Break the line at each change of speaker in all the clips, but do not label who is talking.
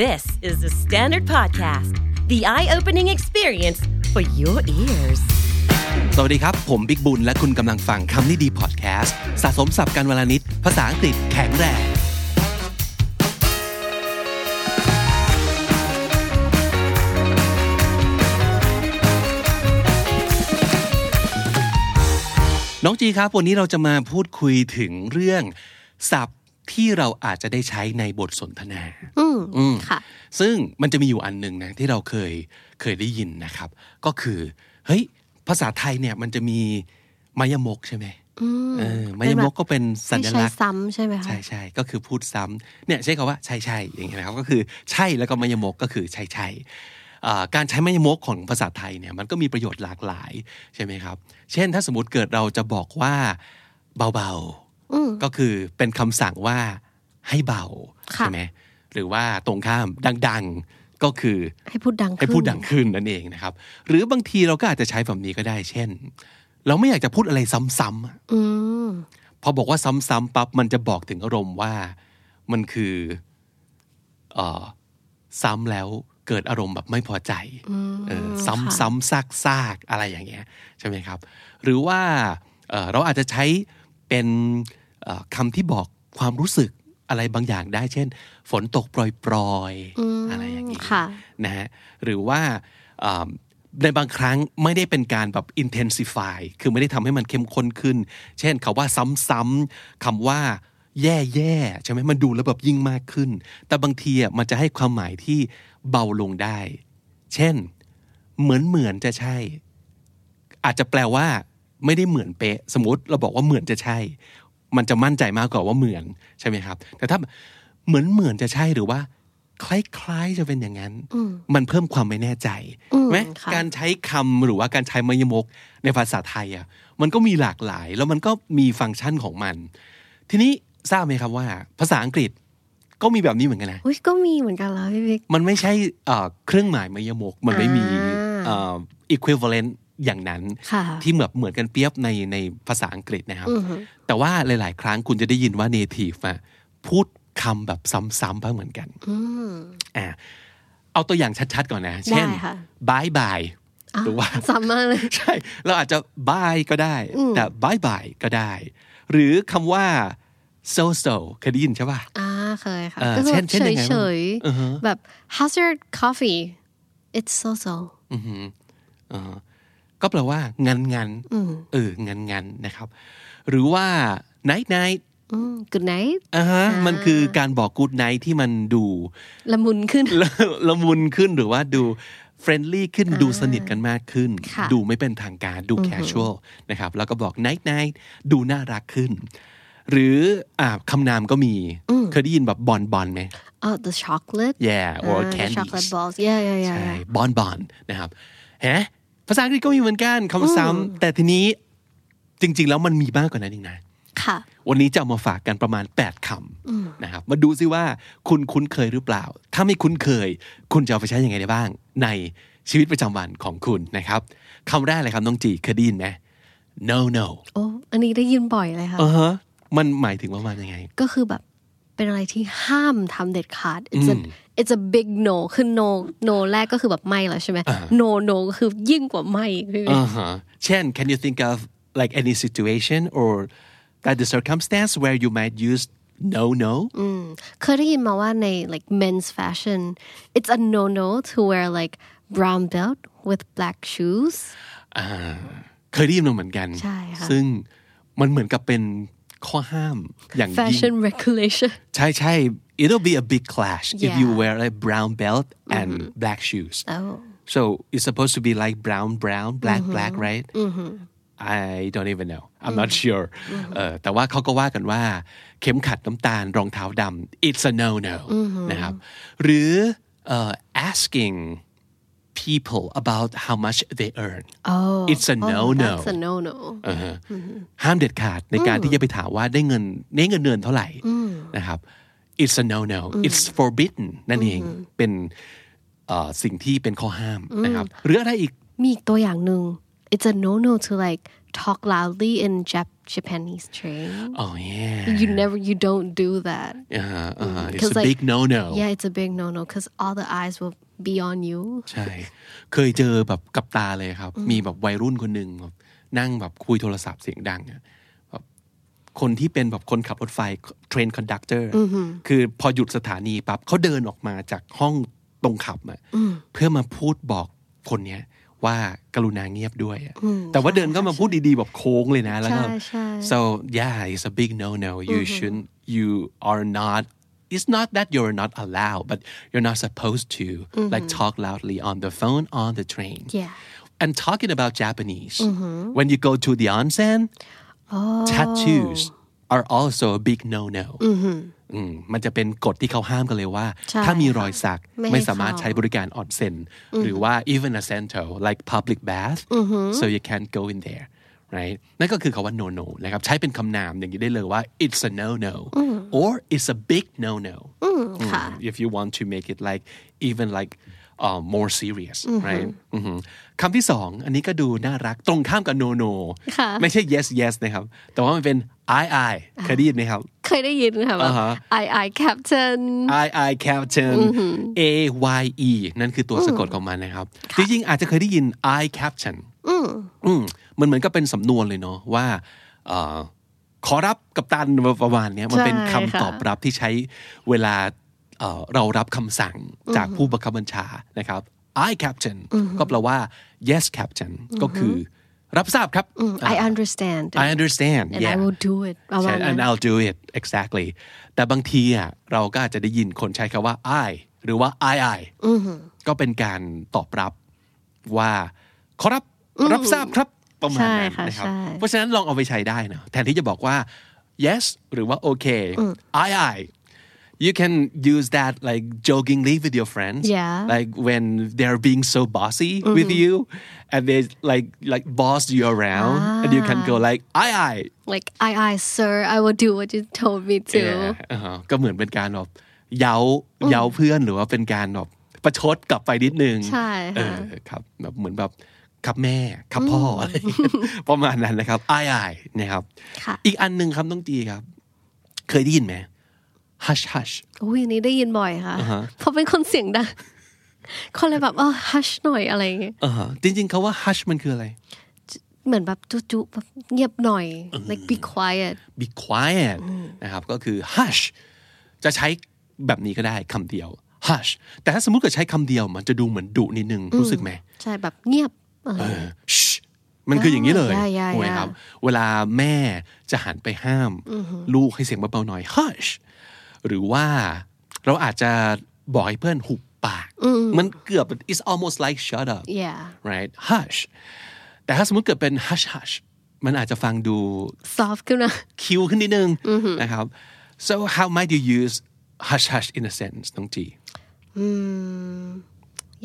This is the Standard Podcast, the eye opening experience for your ears.
สวัสดีครับ ผมบิ๊กบุญ และคุณกำลังฟังคำนี้ดีพอดแคสต์สะสมสับการวลานิด ภาษาอังกฤษแข็งแรง น้องจีครับ วันนี้เราจะมาพูดคุยถึงเรื่องศัพท์ที่เราอาจจะได้ใช้ในบทสนทนา อืม
ค่ะ
ซึ่งมันจะมีอยู่อันหนึ่งนะที่เราเคยเคยได้ยินนะครับ ก็คือเฮ้ยภาษาไทยเนี่ยมันจะมีมายมกใช่ไหม
อืม
เออมายมกก็เป็นสั
ที่
ญ
ใช้
ลักษณ์
ซ้ำใช่ไหมคะ
ใช่ใช่ก็คือพูดซ้ำเนี่ยใช้คำว่าใช่ใช่อย่างเงี้ยนะครับก็คือใช่แล้วก็มายมกก็คือใช่ใช่อ่าการใช้มายมกของภาษาไทยเนี่ยมันก็มีประโยชน์หลากหลายใช่ไหมครับ เช่นถ้าสมมติเกิดเราจะบอกว่าเบาๆ
อืม
ก็คือเป็นคำสั่งว่าให้เบา
ค่ะ
ใช่ไหมหรือว่าตรงข้ามดัง ๆ ก็คือ
ให้พูดดังขึ้น
ให้พูดดังขึ้นนั่นเองนะครับ หรือบางทีเราก็อาจจะใช้แบบนี้ก็ได้ เช่น เราไม่อยากจะพูดอะไรซ้ำๆอะ
อืม
พอบอกว่าซ้ำๆปั๊บมันจะบอกถึงอารมณ์ว่ามันคือเออซ้ำแล้วเกิดอารมณ์แบบไม่พอใจ
อืม
เออ
ค่ะ
ซ้ำซ้ำซากซากอะไรอย่างเงี้ยใช่ไหมครับ หรือว่าเอ่อเราอาจจะใช้เป็นเอ่อคำที่บอกความรู้สึกอะไรบางอย่างได้ เช่น ฝนตกปรอย
อืม
ๆอะไรอย่างงี้
ค่ะ
นะฮะหรือว่าเอ่อในบางครั้งไม่ได้เป็นการแบบ intensify คือไม่ได้ทำให้มันเข้มข้นขึ้น เช่นคำว่าซ้ำๆคำว่าแย่ๆใช่ไหมมันดูแล้วแบบยิ่งมากขึ้น แต่บางทีอ่ะมันจะให้ความหมายที่เบาลงได้ เช่น เหมือนเหมือนจะใช่ อาจจะแปลว่า ไม่ได้เหมือนเป๊ะ สมมติเราบอกว่าเหมือนจะใช่ มันจะมั่นใจมากกว่าว่าเหมือนใช่ไหมครับ แต่ถ้าเหมือนเหมือนจะใช่หรือว่า คล้ายๆจะเป็นอย่างนั้น
อืม
มันเพิ่มความไม่แน่ใจ
อืม
ไหม
ค่ะ
การใช้คำหรือว่าการใช้มายมกในภาษาไทยอ่ะมันก็มีหลากหลาย แล้วมันก็มีฟังก์ชันของมัน ทีนี้ทราบไหมครับว่า ภาษาอังกฤษก็มีแบบนี้เหมือนกันนะ
อุ้ยก็มีเหมือนกันแล้วพี่บิ๊ก
มันไม่ใช่เอ่อเครื่องหมายมายมก มันไม่มี
อ่า
อี q u i v a l e n t อย่างนั้น
ค่ะ
ที่แบบเหมือนกันเปรียบในในภาษาอังกฤษนะครับ
อือหือ
แต่ว่าหลาย ๆ ครั้งคุณจะได้ยินว่า native อะพูดคำแบบซ้ำๆบ้างเหมือนกัน
อืม
อ่าเอาตัวอย่างชัด ๆ ก่อนนะ เช่น
ได้ค่ะ
บายบาย
อ่ะ
หรือว่า
ซ้ำมากเลย
ใช่ เราอาจจะบายก็ได้
อืม
แต่บายบายก็ได้ หรือคำว่า so so เคยได้ยินใช่ป่ะ
อ่าเคยค่ะ
เออ
ก็คื
เช่
อน
เช่น
เฉ
ยังไง
ย
บ้าง
เฉยๆ
อือฮะ
แบบ how's your coffee it's so so
อือหืออ่าก็แปลว่างันงันๆ
อืม
เอองันงันๆนะครับ หรือว่า night night
อืม good night
อ่าฮะ
อ่ามั
มันคือการบอก good night ที่มันดู
ละมุนขึ้น
ละละมุนขึ้นหรือว่าดูเฟรนลี่ขึ้นดูสนิทกันมากขึ้น
ค่ะ
ดูไม่เป็นทางการดู casual นะครับ แล้วก็บอก night night ดูน่ารักขึ้น หรืออ่าคำนามก็มี
อืม
เคยได้ยินแบบบอนบอนไหม
อ๋อ the chocolate
yeah
อ่า
or
the
candy
chocolate balls yeah yeah yeah
ใช่
yeah
บอนบอนนะครับเห็นไหมภาษาอังกฤษก็มีเหมือนกันคำซ้ำแต่ทีนี้จริง ๆ แล้วมันมีมากกว่านั้นอีกนะ
ค่ะ
วันนี้จะเอามาฝากกันประมาณ 8 คำนะครับ มาดูซิว่าคุณคุ้นเคยหรือเปล่า ถ้าไม่คุ้นเคย คุณจะเอาไปใช้ยังไงได้บ้าง ในชีวิตประจำวันของคุณนะครับคำแรกเลยครับน้องจีเคยได้ยินไหม no no
โอ้อันนี้ได้ยินบ่อยเลยค่ะ
เออฮะมันหมายถึงว่ามันยังไง
ก็คือแบบเป็นอะไรที่ห้ามทำเด็ดขาด it's a
อืม
it's a big no คือ no no แรกก็คือแบบไม่แล้วใช่ไหม
อ่า
no no ก็คือยิ่งกว่าไม่อีกพี่วิ
อ่าฮะเช่น can you think of like any situation or that the circumstance where you might use no no
เคยได้ยินมาว่าใน like men's fashion it's a no no to wear like brown belt with black shoes
อ่าเคยได้ยินมาเหมือนกัน
ใช่ค่ะ
ซึ่งมันเหมือนกับเป็นข้อห้ามอย่างยิ่ง
fashion regulation
ใช่ใช่ it'll be a big clash if
Yeah.
you wear a brown belt and black shoes
แล้ว
so it's supposed to be like brown brown black black right I don't even know I'm not sure เออแต่ว่าเขาก็ว่ากันว่า เข็มขัดน้ำตาลรองเท้าดำ it's a no no นะครับ หรือเอ่อ asking people about how much they earn
oh
it's a no
oh,
no
that's a no no
อ่าฮะห้ามเด็ดขาดในการที่จะไปถามว่าได้เงินได้เงินเดือนเท่าไหร่นะครับ it's a no no it's forbidden นั่นเองเป็นเอ่อสิ่งที่เป็นข้อห้ามนะครับหรืออะไรอีก
มีอีกตัวอย่างหนึ่ง it's a no no to like talk loudly in Jap- Japanese train.
oh yeah
You never, you don't do that.
uh-huh, uh-huh. it's
'Cause
a
like-
big no no
Yeah, it's a big no no because all the eyes will be on you.
ใช่ เคยเจอแบบกับตาเลยครับ มีแบบวัยรุ่นคนหนึ่งแบบนั่งแบบคุยโทรศัพท์เสียงดังอะแบบคนที่เป็นแบบคนขับรถไฟเทรนคอนดักเตอร์คือพอหยุดสถานีปั๊บเขาเดินออกมาจากห้องตรงขับอะเพื่อมาพูดบอกคนเนี้ยว่ากรุณาเงียบด้วยอะแต่ว่าเดินก็มาพูดดีๆ แบบโค้งเลยนะแล้วก็
ใช่ใช่
so yeah it's a big no no you
Mm-hmm.
shouldn't you are not it's not that you're not allowed but you're not supposed to like talk loudly on the phone on the train
Mm-hmm. Yeah. Mm-hmm.
and talking about Japanese when you go to the onsen
Oh.
tattoos are also a big no no มันจะเป็นกฎที่เขาห้ามกันเลยว่า
Mm-hmm. ใช่
ถ้ามีรอยสัก
ไม่ให้
ไม่สามารถ
เข้า
ใช้บริการออนเซ็นหรือว่า even a center like public bath so you can't go in there right นั่นก็คือคาว่า no no นะครับ ใช้เป็นคำนามอย่างนี้ได้เลยว่า it's a no no or it's a big no no
ค่ะ
if you want to make it like even like uh, more serious right อือหือคำที่สองอันนี้ก็ดูน่ารักตรงข้ามกับ no no
ค่ะ
ไม่ใช่ yes yes นะครับ แต่ว่ามันเป็น I I เคยได้ยินไหมครับ
เคยได้ยินค่ะแบบ
Uh-huh.
I I Captain
I I Captain A Y E นั่นคือตัวสะกดของมันนะครับ จริงๆ อาจจะเคยได้ยิน I Captain อืมมันเหมือนกับเป็นสำนวนเลยเนาะว่าเอ่อขอรับกับตันประมาณเนี้ยมันเป็น
ใช่
คำ
ค่ะ
ตอบรับที่ใช้เวลาเอ่อเรารับคำสั่งจากผู้บังคับบัญชานะครับ I Captain ก็แปลว่า yes Captain ก็คือรับทราบครับ
I understand
Mm, uh-huh. I understand
and I
yeah
will do it ประมาณ
ใช่
นั้น
and I'll do it exactly แต่บางทีอ่ะเราก็อาจจะได้ยินคนใช้คำว่า I หรือว่า I I ก็เป็นการตอบรับว่า ขอรับรับทราบครับประมาณนั้น
ใช่ค่ะ
นะครับ
ใช่
เพราะฉะนั้นลองเอาไปใช้ได้นะแทนที่จะบอกว่า yes หรือว่า okay I I you can use that like jokingly with your friends
Yeah.
like when they're being so bossy with you and they like like boss you around and you can go like I I
like I I sir I will do what you told me to
เอออ่าฮะก็เหมือนเป็นการแบบเย้าเย้าเพื่อนหรือว่าเป็นการแบบประชดกลับไปนิดนึง
ใช่
เอ
ค่ะ
อครับแบบเหมือนแบบครับแม่ครับพ่ออะไรอย่าง เงี้ยประมาณนั้นนะครับอายอายนะครับ
ค่ะ
อีกอันหนึ่งครับต้องตีครับ เคยได้ยินไหม hush hush
อุ้ยอันนี้ได้ยินบ่อยค่ะ
Uh-huh.
เพราะเป็นคนเสีย งดังคนเลยแบบเออ "Oh, hush หน่อยอะไรอย่างเงี้ย
อ่าฮะจริงๆเขาว่า hush มันคืออะไร
เหมือนแบบจุ๊แบบเงียบหน่อย
Mm.
like be quiet
be quiet นะครับก็คือ hush จะใช้แบบนี้ก็ได้คำเดียว hush แต่ถ้าสมมติเกิดใช้คำเดียวมันจะดูเหมือนดุนิดนึงรู้สึกไหม
ใช่แบบเงียบ อะไร
Shh มันคืออย่างนี้เลย
อ่า yeah, yeah,
ถูกไหมครับ เวลาแม่จะหันไปห้าม ลูกให้เสียงเบาๆหน่อย hush หรือว่าเราอาจจะบอกให้เพื่อนหุบปาก มันเกือบ it's almost like shut up
yeah
right hush แต่ถ้าสมมติเกิดเป็น hush hush มันอาจจะฟังดู
soft ขึ้นนะ
คิวขึ้นนิดนึงนะครับ so how might you use hush hush in a sentence น้องจี
Hmm,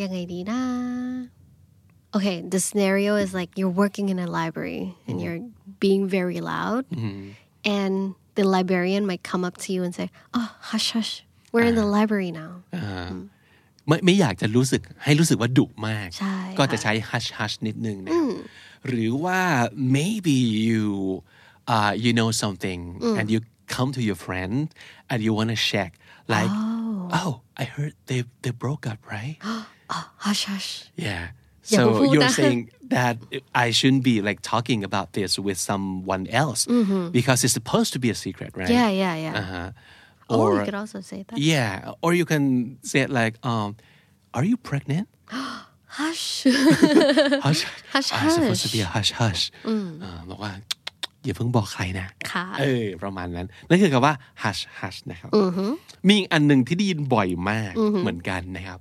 ยังไงดีนะ Okay, the scenario is like you're working in a library and you're being very loud, and the librarian might come up to you and say, "Oh, hush, hush. We're in the library now."
ไม่ไม่อยากจะรู้สึกให้รู้สึกว่าดุมาก
ใช่ค่ะ
ก็จะใช้ hush hush นิดนึงนะครับหรือว่า maybe you uh, you know something and you come to your friend and you want to check like oh. I heard they they broke up right
Hush, hush.
yeah
อย่าพู
so
ด
you're
นะ
saying that I shouldn't be like talking about this with someone else because it's supposed to be a secret right
Yeah, yeah, yeah.
or
oh, you could also say that.
yeah or you can say it like um are you pregnant
Hush.
hush
Hush,
Ah, it's supposed to be a hush
hush.
hush อ่าบอกว่า อย่าเพิ่งบอกใครนะ
ค่ะ
เออประมาณนั้น นั่นคือคำว่า hush hush นะครับมีอีกอันหนึ่งที่ได้ยินบ่อยมากเหมือนกันนะครับ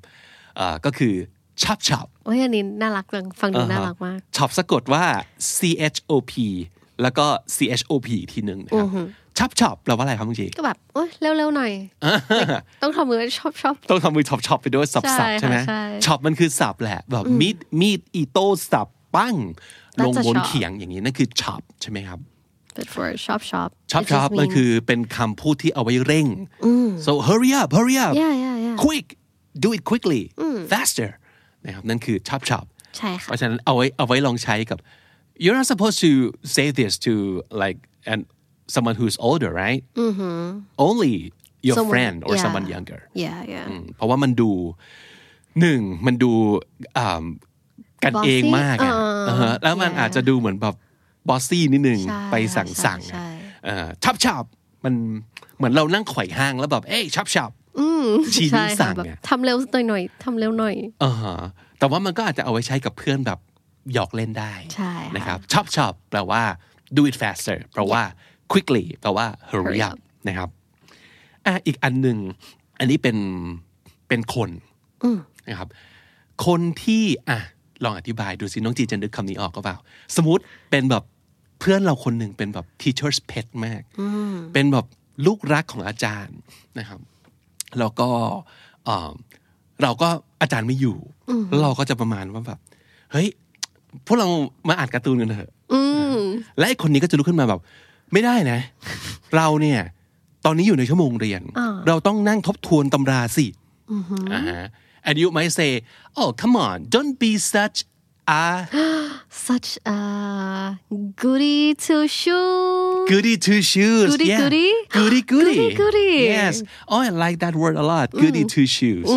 เอ่อก็คือ chop chop
โอ้ยอันนี้น่ารักจังฟังดูน่ารักมาก
chop สะกดว่า c h o p แล้วก็ c h o p อีกทีหนึ่งนะครับ chop chop แปลว่าอะไรครับคุณจี
ก็แบบโอ้ยเร็วๆหน่อย ต้องทำมือชอบชอบ
ต้องทำมือช็อปช็อปไปด้วยสับ
ใช่
สับใช่ไหม
ค่ะใช่
ช็อปมันคือสับแหละแบบมีดมีดอีโต้สับปั้ง ล
น่าง จะ
บน
chop
เขียงอย่างนี้นั่นคือช็อปใช่ไหมครับ
but for shop shop
ช็อปช็อปมันคือเป็นคำพูดที่เอาไว้เร่ง so hurry up hurry up
yeah yeah yeah
quick do it quickly faster นะครับนั่นคือช็อปช็อป
ใช่ค่ะ
เพราะฉะนั้นเอาไว้เอาไว้ลองใช้กับ you're not supposed to say this to like and someone who's older right mm-hmm. only your
Someone-
friend or
yeah.
someone younger
Yeah, yeah.
อืมเพราะว่ามันดูหนึ่งมันดูอ่ำกันเอง
Bossy
มากอะ
เออ
เออแล้วมันอาจจะดูเหมือนแบบบอสซี่นิดนึง
ใช่
ไปสั่ง
ใช่
สั่งอะ
ใช่
เออชับชับมันเหมือนเรานั่งไขว่ห้างแล้วแบบเอ้ยชับชับชี้นิ้ว
ค่ะ
สั่ง
แบบ
เนี่ย
ทำเร็วหน่อยหน่อยๆทำเร็วหน่อย
เออฮะแต่ว่ามันก็อาจจะเอาไว้ใช้กับเพื่อนแบบหยอกเล่นได้
ใช่ค่ะ
นะครับชับชับแปลว่า do it faster แปลว่า quickly แปลว่า hurry
Hurry
up
up
นะครับอ่ะอีกอันหนึ่งอันนี้เป็นเป็นคน นะครับคนที่อ่ะลองอธิบายดูสิน้องจีจะนึกคำนี้ออกก็เปล่า สมมติเป็นแบบเพื่อนเราคนหนึ่งเป็นแบบ teacher's pet มาก เป็นแบบลูกรักของอาจารย์นะครับแล้วก็เอ่อเราก็อาจารย์ไม่อยู่แล้วเราก็จะประมาณว่าแบบ เฮ้ย พวกเรามาอ่านการ์ตูนกันเถอะ
อืม
และไอ้คนนี้ก็จะลุกขึ้นมาแบบ ไม่ได้นะ เราเนี่ย ตอนนี้อยู่ในชั่วโมงเรียน
อ่า
เราต้องนั่งทบทวนตำราสิอ่าฮะ and you might say oh come on don't be such a
such a goody two shoe
goody two shoes
Goody
yeah
goody?
goody goody
Goody goody.
yes oh I like that word a lot goody two shoes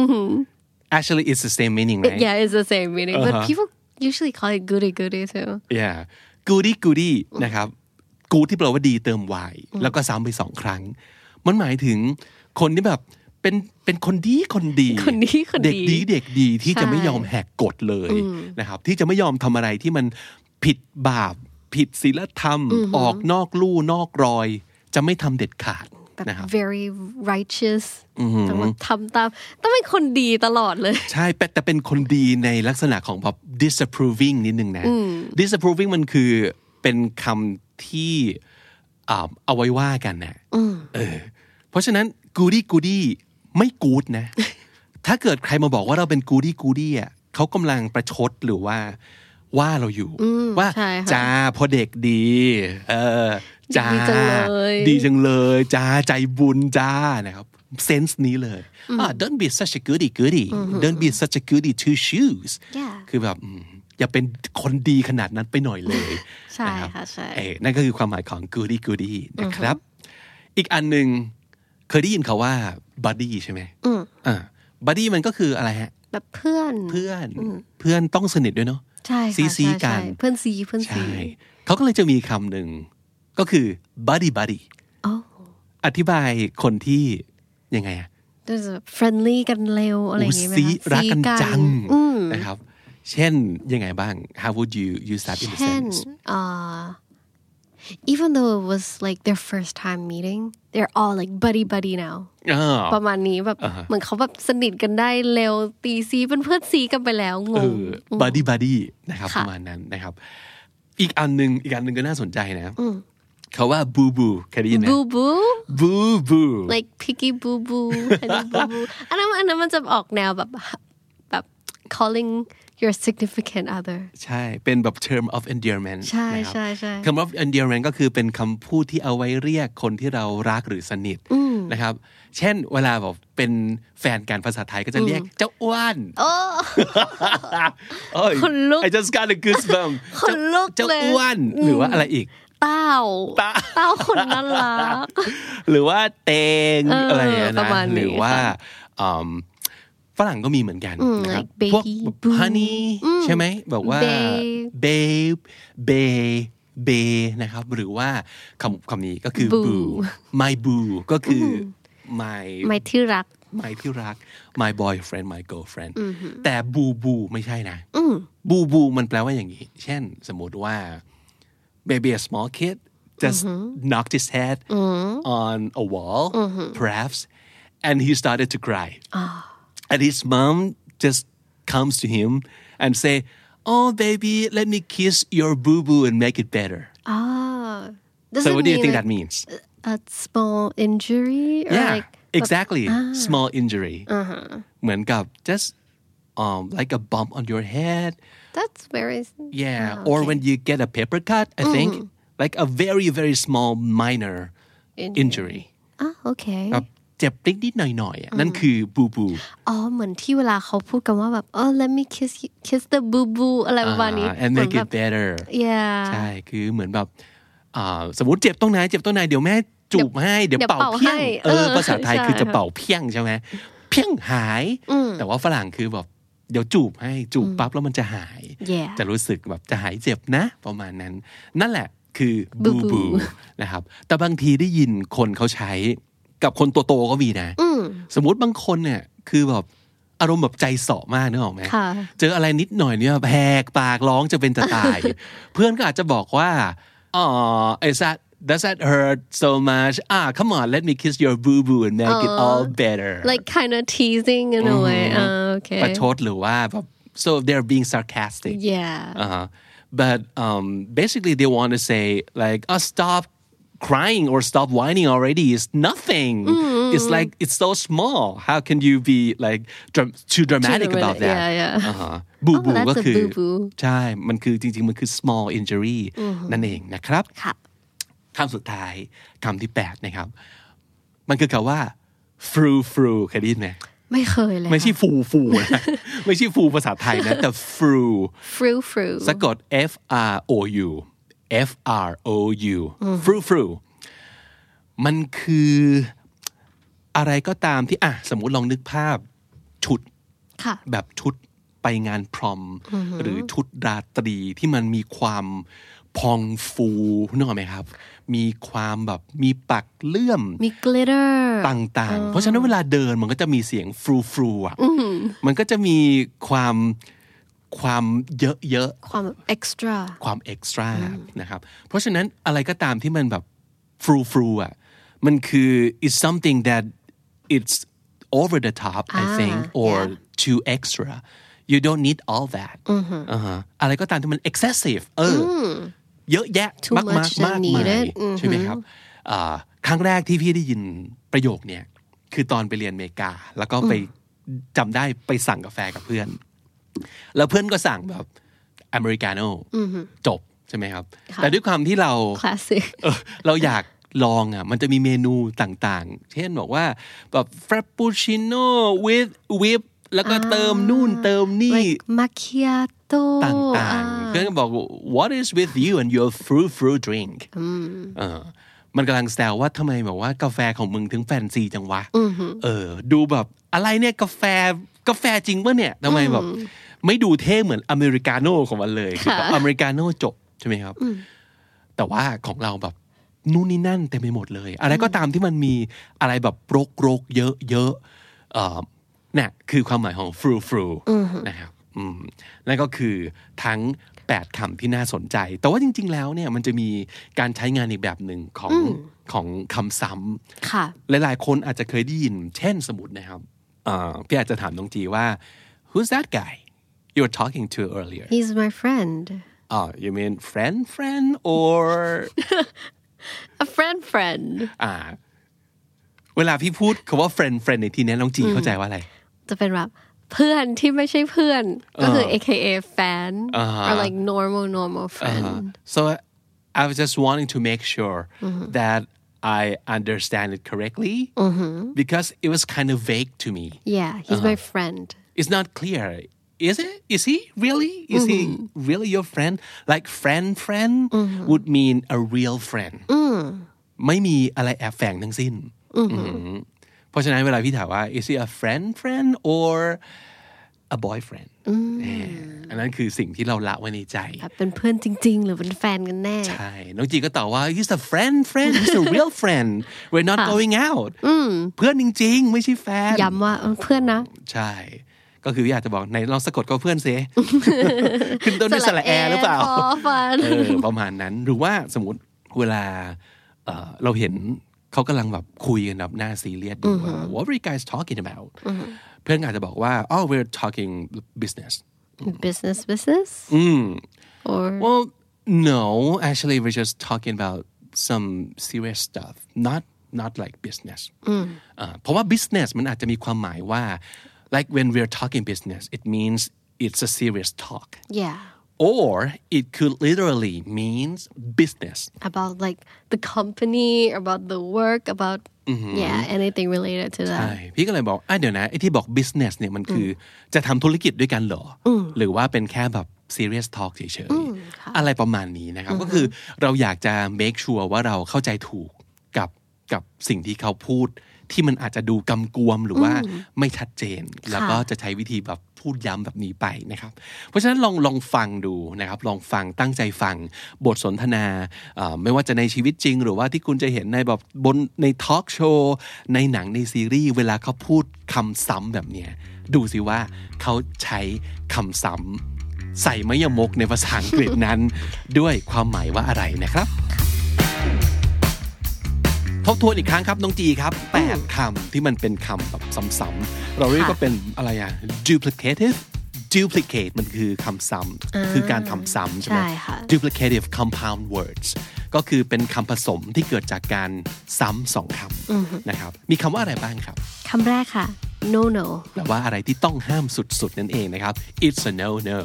actually it's the same meaning right
yeah it's the same meaning but people usually call it goody goody too
yeah goody goody นะครับ กูที่แปลว่าดีเติม y แล้วก็ซ้ำไปสองครั้ง มันหมายถึงคนที่แบบเป็นเป็นคนดีคนดี
คนดีคน
เด็
ดี
กดีเด็กดีที่
ใช่
จะไม่ยอมแหกกฎเลยนะครับ ที่จะไม่ยอมทำอะไรที่มันผิดบาป ผิดศีลธรรม ออกนอกลู่นอกรอย จะไม่ทำเด็ดขาด
แบบ
นะครับ
very righteous แต่ว่าทำตามต้องเป็นคนดีตลอดเลย
ใช่แต่แต่เป็นคนดีในลักษณะของแบบ disapproving นิดนึงนะ disapproving มันคือเป็นคำที่อ่าเอาไว้ว่ากันนะเออเพราะฉะนั้น goody goody ไม่ good นะ ถ้าเกิดใครมาบอกว่าเราเป็น goody goody อ่ะเขากำลังประชดหรือว่าว่าเราอยู่ ว่า
ใช่ค่ะ
จ้าพอเด็กดี เออจ้า
ดีจังเลย
ดี ดีจังเลยจ้าใจบุญจ้านะครับเซนส์นี้เลยอ่า don't be such a goody goody don't be such a goody two shoes
Yeah
คือแบบอืมอย่าเป็นคนดีขนาดนั้นไปหน่อยเลย
ใช่
นรับ
ค่ะใช่
เอ้ยนั่นก็คือความหมายของ goody goody นะครับ อีกอันหนึ่งเคยได้ยินคาว่า buddy ใช่ไหมอ่า buddy มันก็คืออะไรฮะ
แบบเพื่อน
เพื่อนเพื่อนต้องสนิทด้วยเนาะ
ใช่ค่ะ
ซีซี
ใช่
กัน
ใช่เพื่อนซีเพื่อนซี
ใช่ เขาก็เลยจะมีคำหนึ่งก็คือ buddy buddy
อ๋อ
อธิบายคนที่ยังไงอะ
there's a friendly กันเร็วอะไรอย่างงี้ไหม
โอ้
คะ
ซีรักกัน
ซี
จังนะครับ เช่นยังไงบ้าง how would you use that in a
เช่น
sentence
อ่า even though it was like their first time meeting they're all like buddy buddy now
อ่า
ประมาณนี้แบบเหมือนเขาแบบสนิทกันได้เร็วตีซีเป็นเพื่อนซีกันไปแล้วง
เอง อ buddy buddy นะครับป
ค่ะ
ระมาณนั้นนะครับ อีกอันหนึ่งอีกอันหนึ่งก็น่าสนใจนะเขาว่า boo boo เคยได้ยินไหม
บูบู
boo boo
like picky boo boo honey boo boo อันนั้นอันนั้นมันจะออกแนวแบบแบบ calling your significant other
ใช่ เป็นแบบ term of endearment
ใช่
นะครับ
ใช่ใช่
คำว่า endearment ก็คือเป็นคำพูดที่เอาไว้เรียกคนที่เรารักหรือสนิทนะครับ เช่น เวลาแบบเป็นแฟนกันภาษาไทยก็จะเรียกเจ้าอ้วนโอ้ย
ขนลุก
I just got a goosebump
คนลุก
เจ้า
เลย
อ้วน หรือว่าอะไรอีก
เต้า
เต้า
เต้าคนน่ารั ก
หรือว่าเตง
เอออ
อะไรอย่างเงี้ย
ประมาณนี้
หรือว่า
ค่ะ
อืมฝรั่งก็มีเหมือนกันนะครับ
like baby
พวก
boo
ฮันนี่ใช่ไหมบอกว่า
babe
babe babe babe นะครับ หรือว่าคำคำนี้ก็คือ
Boo
boo my boo ก็คือ my
ไม่ที่รัก
my ที่รัก my boyfriend my girlfriend แต่ boo boo ไม่ใช่นะ boo boo มันแปลว่าอย่างนี้ เช่นสมมติว่า maybe a small kid just knocked his head on a wall, perhaps, and he started to cry. And his mom just comes to him and say, "Oh, baby, let me kiss your boo boo and make it better."
Ah, does
so,
it
what do you
mean,
think
like,
that means?
A small injury, or
yeah,
like ah.
exactly. Small injury. Uh-huh. just um, like a bump on your head.
that's very
Yeah,
Ah,
or
okay. Mm-hmm.
when you get a paper cut, I think, like a very very small minor injury. Uh,
ah okay.
แบบเ เจ็บนิดๆหน่อยๆอะนั่นคือบูบู
อ๋อ Oh, เหมือนที่เวลาเขาพูดกันว่าแบบเออ let me kiss you- kiss the boo boo อะไรประมาณนี้
อ่า and
เหมือน
make
แบบ
it better
yeah
ใช่ คือเหมือนแบบอ่าสมมติเจ็บตรงไหน เจ็บตรงไหน เดี๋ยวแม่จูบให้ เดี๋ยว
เดี๋ยว
เป่าเพี้ยง
เป่าให้
เอ
เอ
อ
อ
ภาษาไทย
ใช่
คือจะ
ค่ะ
เป่าเพี้ยงใช่ไหม เพี้ยงหาย แต่ว่าฝรั่งคือแบบ เดี๋ยวจูบให้ จูบปั๊บแล้วมันจะหาย
Yeah
จะรู้สึกแบบจะหายเจ็บนะ ประมาณนั้น นั่นแหละคือ
บู
บู
บู
บูนะครับ แต่บางทีได้ยินคนเขาใช้กับคนตัวโตก็มีนะ
อืม
สมมติบางคนเนี่ยคือแบบอารมณ์แบบใจเสาะมากนึกออกไหม
ค่ะ
เจออะไรนิดหน่อยเนี่ยแหกปากร้องจะเป็นจะตาย เพื่อนก็อาจจะบอกว่าอ๋อ is that does that hurt so much ah come on let me kiss your boo boo and make it all better
like kind of teasing in
Mm-hmm.
a way Ah, อ่าโอเค
ประชดหรือว่าแบบ so they're being sarcastic
yeah
Uh-huh. But um, basically, they want to say like, oh, stop crying or stop whining already. It's nothing. It's like it's so small. How can you be like dram- too dramatic
dramatic.
about that?
Yeah, yeah.
อ่า ฮะบูบู
Oh, that's
ก็
a
คือ
boo-boo.
ใช่ มันคือจริงๆ มันคือ small injury นั่นเองนะครับ
ค่ะ
คำสุดท้ายคำที่ 8 นะครับ มันคือคำว่า fru fru เคยได้ยินไหม
ไม่เคยเลย
ไม่ใช่ฟูฟูนะ ไม่ใช่ฟูภาษาไทยนะ แต่ fru
ฟรูฟรู
สะกด F R O U F R O U ฟรูฟรูมันคืออะไรก็ตามที่อ่ะสมมุติลองนึกภาพชุด
ค่ะ
แบบชุดไปงานพรอม หรือชุดราตรีที่มันมีความพองฟูนึกออกไหมครับ มีความแบบมีปักเลื่อม
มี glitter
ต่างๆ เพราะฉะนั้นเวลาเดินมันก็จะมีเสียงฟรูฟรูอ่ะ มันก็จะมีความความเยอะๆ
ความแบบ extra
ความเอ็กซ์ตร้านะครับ เพราะฉะนั้นอะไรก็ตามที่มันแบบฟรูฟรูอ่ะ มันคือ it's something that it's over the top I
อ่า
think or
yeah.
too extra you don't need all that อ่าฮะอะไรก็ตามที่มัน excessive เอออเยอะแยะ
Too
มากมาก
much than
มากมาย
needed
ใช่ไหมครับอ่าครั้งแรกที่พี่ได้ยินประโยคเนี่ยคือตอนไปเรียนอเมริกา แล้วก็ไปจำได้ไปสั่งกาแฟกับเพื่อน แล้วเพื่อนก็สั่งแบบอเมริกาโน่จบใช่ไหมครับ
ค่ะ
แต่ด้วยความที่เรา
classic
เออเราอยากลองอ่ะ มันจะมีเมนูต่างๆ เช่นบอกว่าแบบฟร a ปปูชิโน่ with whip แล้วก็เติมนู่นเติมนี่
like macchiato Ah,
ต่าง
อ่า
ๆ เพื่อนก็บอก what is with you and your fruit fruit drink เออมันกำลังแซวว่าทำไมแบบว่ากาแฟของมึงถึงแฟนซีจังวะเออ ดูแบบอะไรเนี่ยกาแฟกาแฟจริงปะเนี่ยทำไมแบบ ไม่ดูเท่เหมือนอเมริกาโน่ของมันเลยคือแบบอเมริกาโน่จบใช่ไหมครับ แต่ว่าของเราแบบนู่นนี่นั่นเต็มไปหมดเลย อะไรก็ตามที่มันมีอะไรแบบรกรกๆเยอะเยอะๆเอ่อเนี่ยคือความหมายของฟรูฟรูนะครับอืมนั่นก็คือทั้ง 8คำที่น่าสนใจ แต่ว่าจริง ๆ แล้วเนี่ยมันจะมีการใช้งานอีกแบบหนึ่งของของคำซ้ำ
ค่ะ
หลายๆ คนอาจจะเคยได้ยิน เช่นสมมตินะครับอ่าพี่อาจจะถามน้องจีว่า who's that guy you were talking to earlier
he's my friend
oh you mean friend friend or
a friend friend
อ่า เวลาพี่พูดคาว่า friend friend ในที่เนี้ยน้องจีเข้าใจว่าอะไร
จะเป็นแบบเพื่อนที่ไม่ใช่เพื่อน ก็คือ AKA fan
อ่าฮะ
or like normal normal
อ่า
friend
so I was just wanting to make sure that I understand it correctly because it was kind of vague to me
yeah he's my friend
it's not clear is it is he really is he
Mm-hmm.
really your friend like friend friend would mean a real friend
Mm.
ไม่มีอะไรแอบแฝงทั้งสิ้น
Mm-hmm.
อืมเพราะฉะนั้นเวลาพี่ถามว่า is he a friend friend or a boyfriend
Mm.
เอ่ออันนั้นคือสิ่งที่เราละไว้ในใจ
แบบเป็นเพื่อนจริง ๆ หรือเป็นแฟนกันแน่
ใช่ น้องจีก็ตอบว่า he's a friend friend he's a real friend we're not going out เพื่อนจริงๆ ไม่ใช่แฟน
Ah. Mm. ย้ำว่าเออเพื่อนนะ
ใช่ ก็คืออยากจะบอกในลองสะกดก็เพื่อนเซ ขึ้นต้นด้วยสระแอร์หรือเปล่า
สระแอร์ for fun
เออประมาณนั้น หรือว่าสมมติเวลาเอ่อเราเห็นเขากำลังแบบคุยกันแบบหน้าซีเรียสดูว่า what are you guys talking about เพื่อนก็อาจจะบอกว่า oh we're talking business
business business or
well no actually we're just talking about some serious stuff not not like business อ่าเพราะว่า business มันอาจจะมีความหมายว่า like when we're talking business it means it's a serious talk
yeah
or it could literally means business
about like the company, about the work, about
Mm-hmm.
yeah, anything related to
ใช่
that.
พี่ก็เลยบอกอ่ะเดี๋ยวนะไอ้ที่บอก business เนี่ยมันคือจะทำธุรกิจด้วยกันเหรออหรือว่าเป็นแค่แบบ serious talk เฉยๆ อะไรประมาณนี้นะครับ ก็คือเราอยากจะ make sure ว่าเราเข้าใจถูกกับกับสิ่งที่เขาพูด ที่มันอาจจะดูกำกวมหรือว่าไม่ชัดเจน แล้วก็จะใช้วิธีแบบพูดย้ำแบบนี้ไปนะครับ เพราะฉะนั้นลองลองฟังดูนะครับ ลองฟังตั้งใจฟังบทสนทนาเอ่อไม่ว่าจะในชีวิตจริง หรือว่าที่คุณจะเห็นในแบบบนในทอล์กโชว์ในหนังในซีรีส์ เวลาเขาพูดคำซ้ำแบบเนี้ยดูสิว่าเขาใช้คำซ้ำใส่มะยมกในภาษาอังกฤษนั้น ด้วยความหมายว่าอะไรนะครับ ทบทวนอีกครั้งครับ น้องจีครับแปดคำที่มันเป็นคำแบบซ้ำๆเราเรียกว่าเป็นอะไรอะ duplicative duplicate มันคือคำซ้ำคือการทำซ้ำใช่ไหม
ใช่ค่ะ
duplicative compound words ก็คือเป็นคำผสมที่เกิดจากการซ้ำสองคำนะครับ มีคำว่าอะไรบ้างครับ
คำแรกค่ะ no no
แปลว่าอะไรที่ต้องห้ามสุดๆ นั่นเองนะครับ it's a no no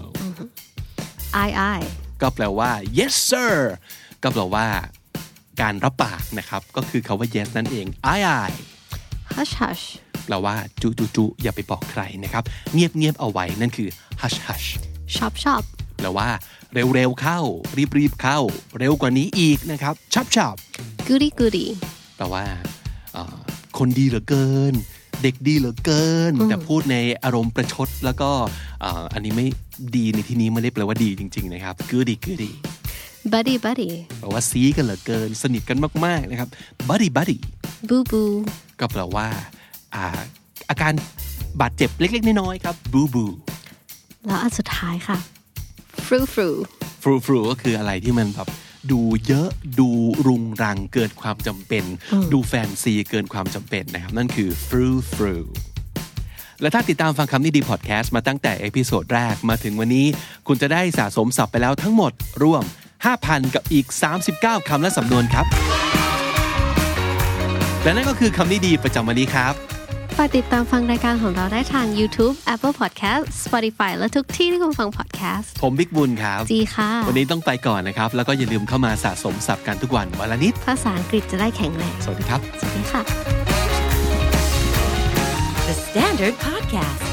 I I
ก็แปลว่า yes sir ก็แปลว่าการรับปากนะครับ ก็คือคาว่า yes นั่นเอง I I
hush hush
แปลว่าจุจุจุอย่าไปบอกใครนะครับ เงียบเงียบเอาไว้นั่นคือ hush hush
shop shop
แปลว่าเร็วเร็วๆเข้า รีบรีบๆเข้า เร็วกว่านี้อีกนะครับชับชับ
goody goody
แปลว่าเอ่อคนดีเหลือเกิน เด็กดีเหลือเกิน แต่พูดในอารมณ์ประชด แล้วก็เอ่ออันนี้ไม่ดีในที่นี้ไม่ได้แปลว่าดีจริง ๆ นะครับกูดีกูดี
buddy buddy
แปลว่าซีกันเหลือเกิน สนิทกันมากๆนะครับ buddy buddy
boo boo
ก็แปลว่าอ่าอาการบาดเจ็บเล็ก ๆ น้อยๆครับ boo boo
แล้วอันสุดท้ายค่ะ frou frou
ฟรูฟรูก็คืออะไรที่มันแบบดูเยอะดูรุงรังเกินความจำเป็น ดูแฟนซีเกินความจำเป็นนะครับ นั่นคือฟรูฟรูและถ้าติดตามฟังคำนี้ดีพอดแคสต์มาตั้งแต่เอพิโซดแรกมาถึงวันนี้ คุณจะได้สะสมศัพท์ไปแล้วทั้งหมดรวม 5,000 กับอีก 39 คำและสำนวนครับ และนั่นก็คือคำนี้ดีประจำวันนี้ครับ
ฝากติดตามฟังรายการของเราได้ทาง YouTube Apple Podcast Spotify และทุกที่ที่คุณฟัง podcast
ผมบิ๊กบุญครับ
จีค่ะ
วันนี้ต้องไปก่อนนะครับ แล้วก็อย่าลืมเข้ามาสะสมศัพท์กันทุกวันวันละนิด
ภาษาอังกฤษจะได้แข็งแรง
สวัสดีครับ
สวัสดีค่ะ
The Standard Podcast,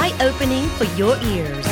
eye opening for your ears.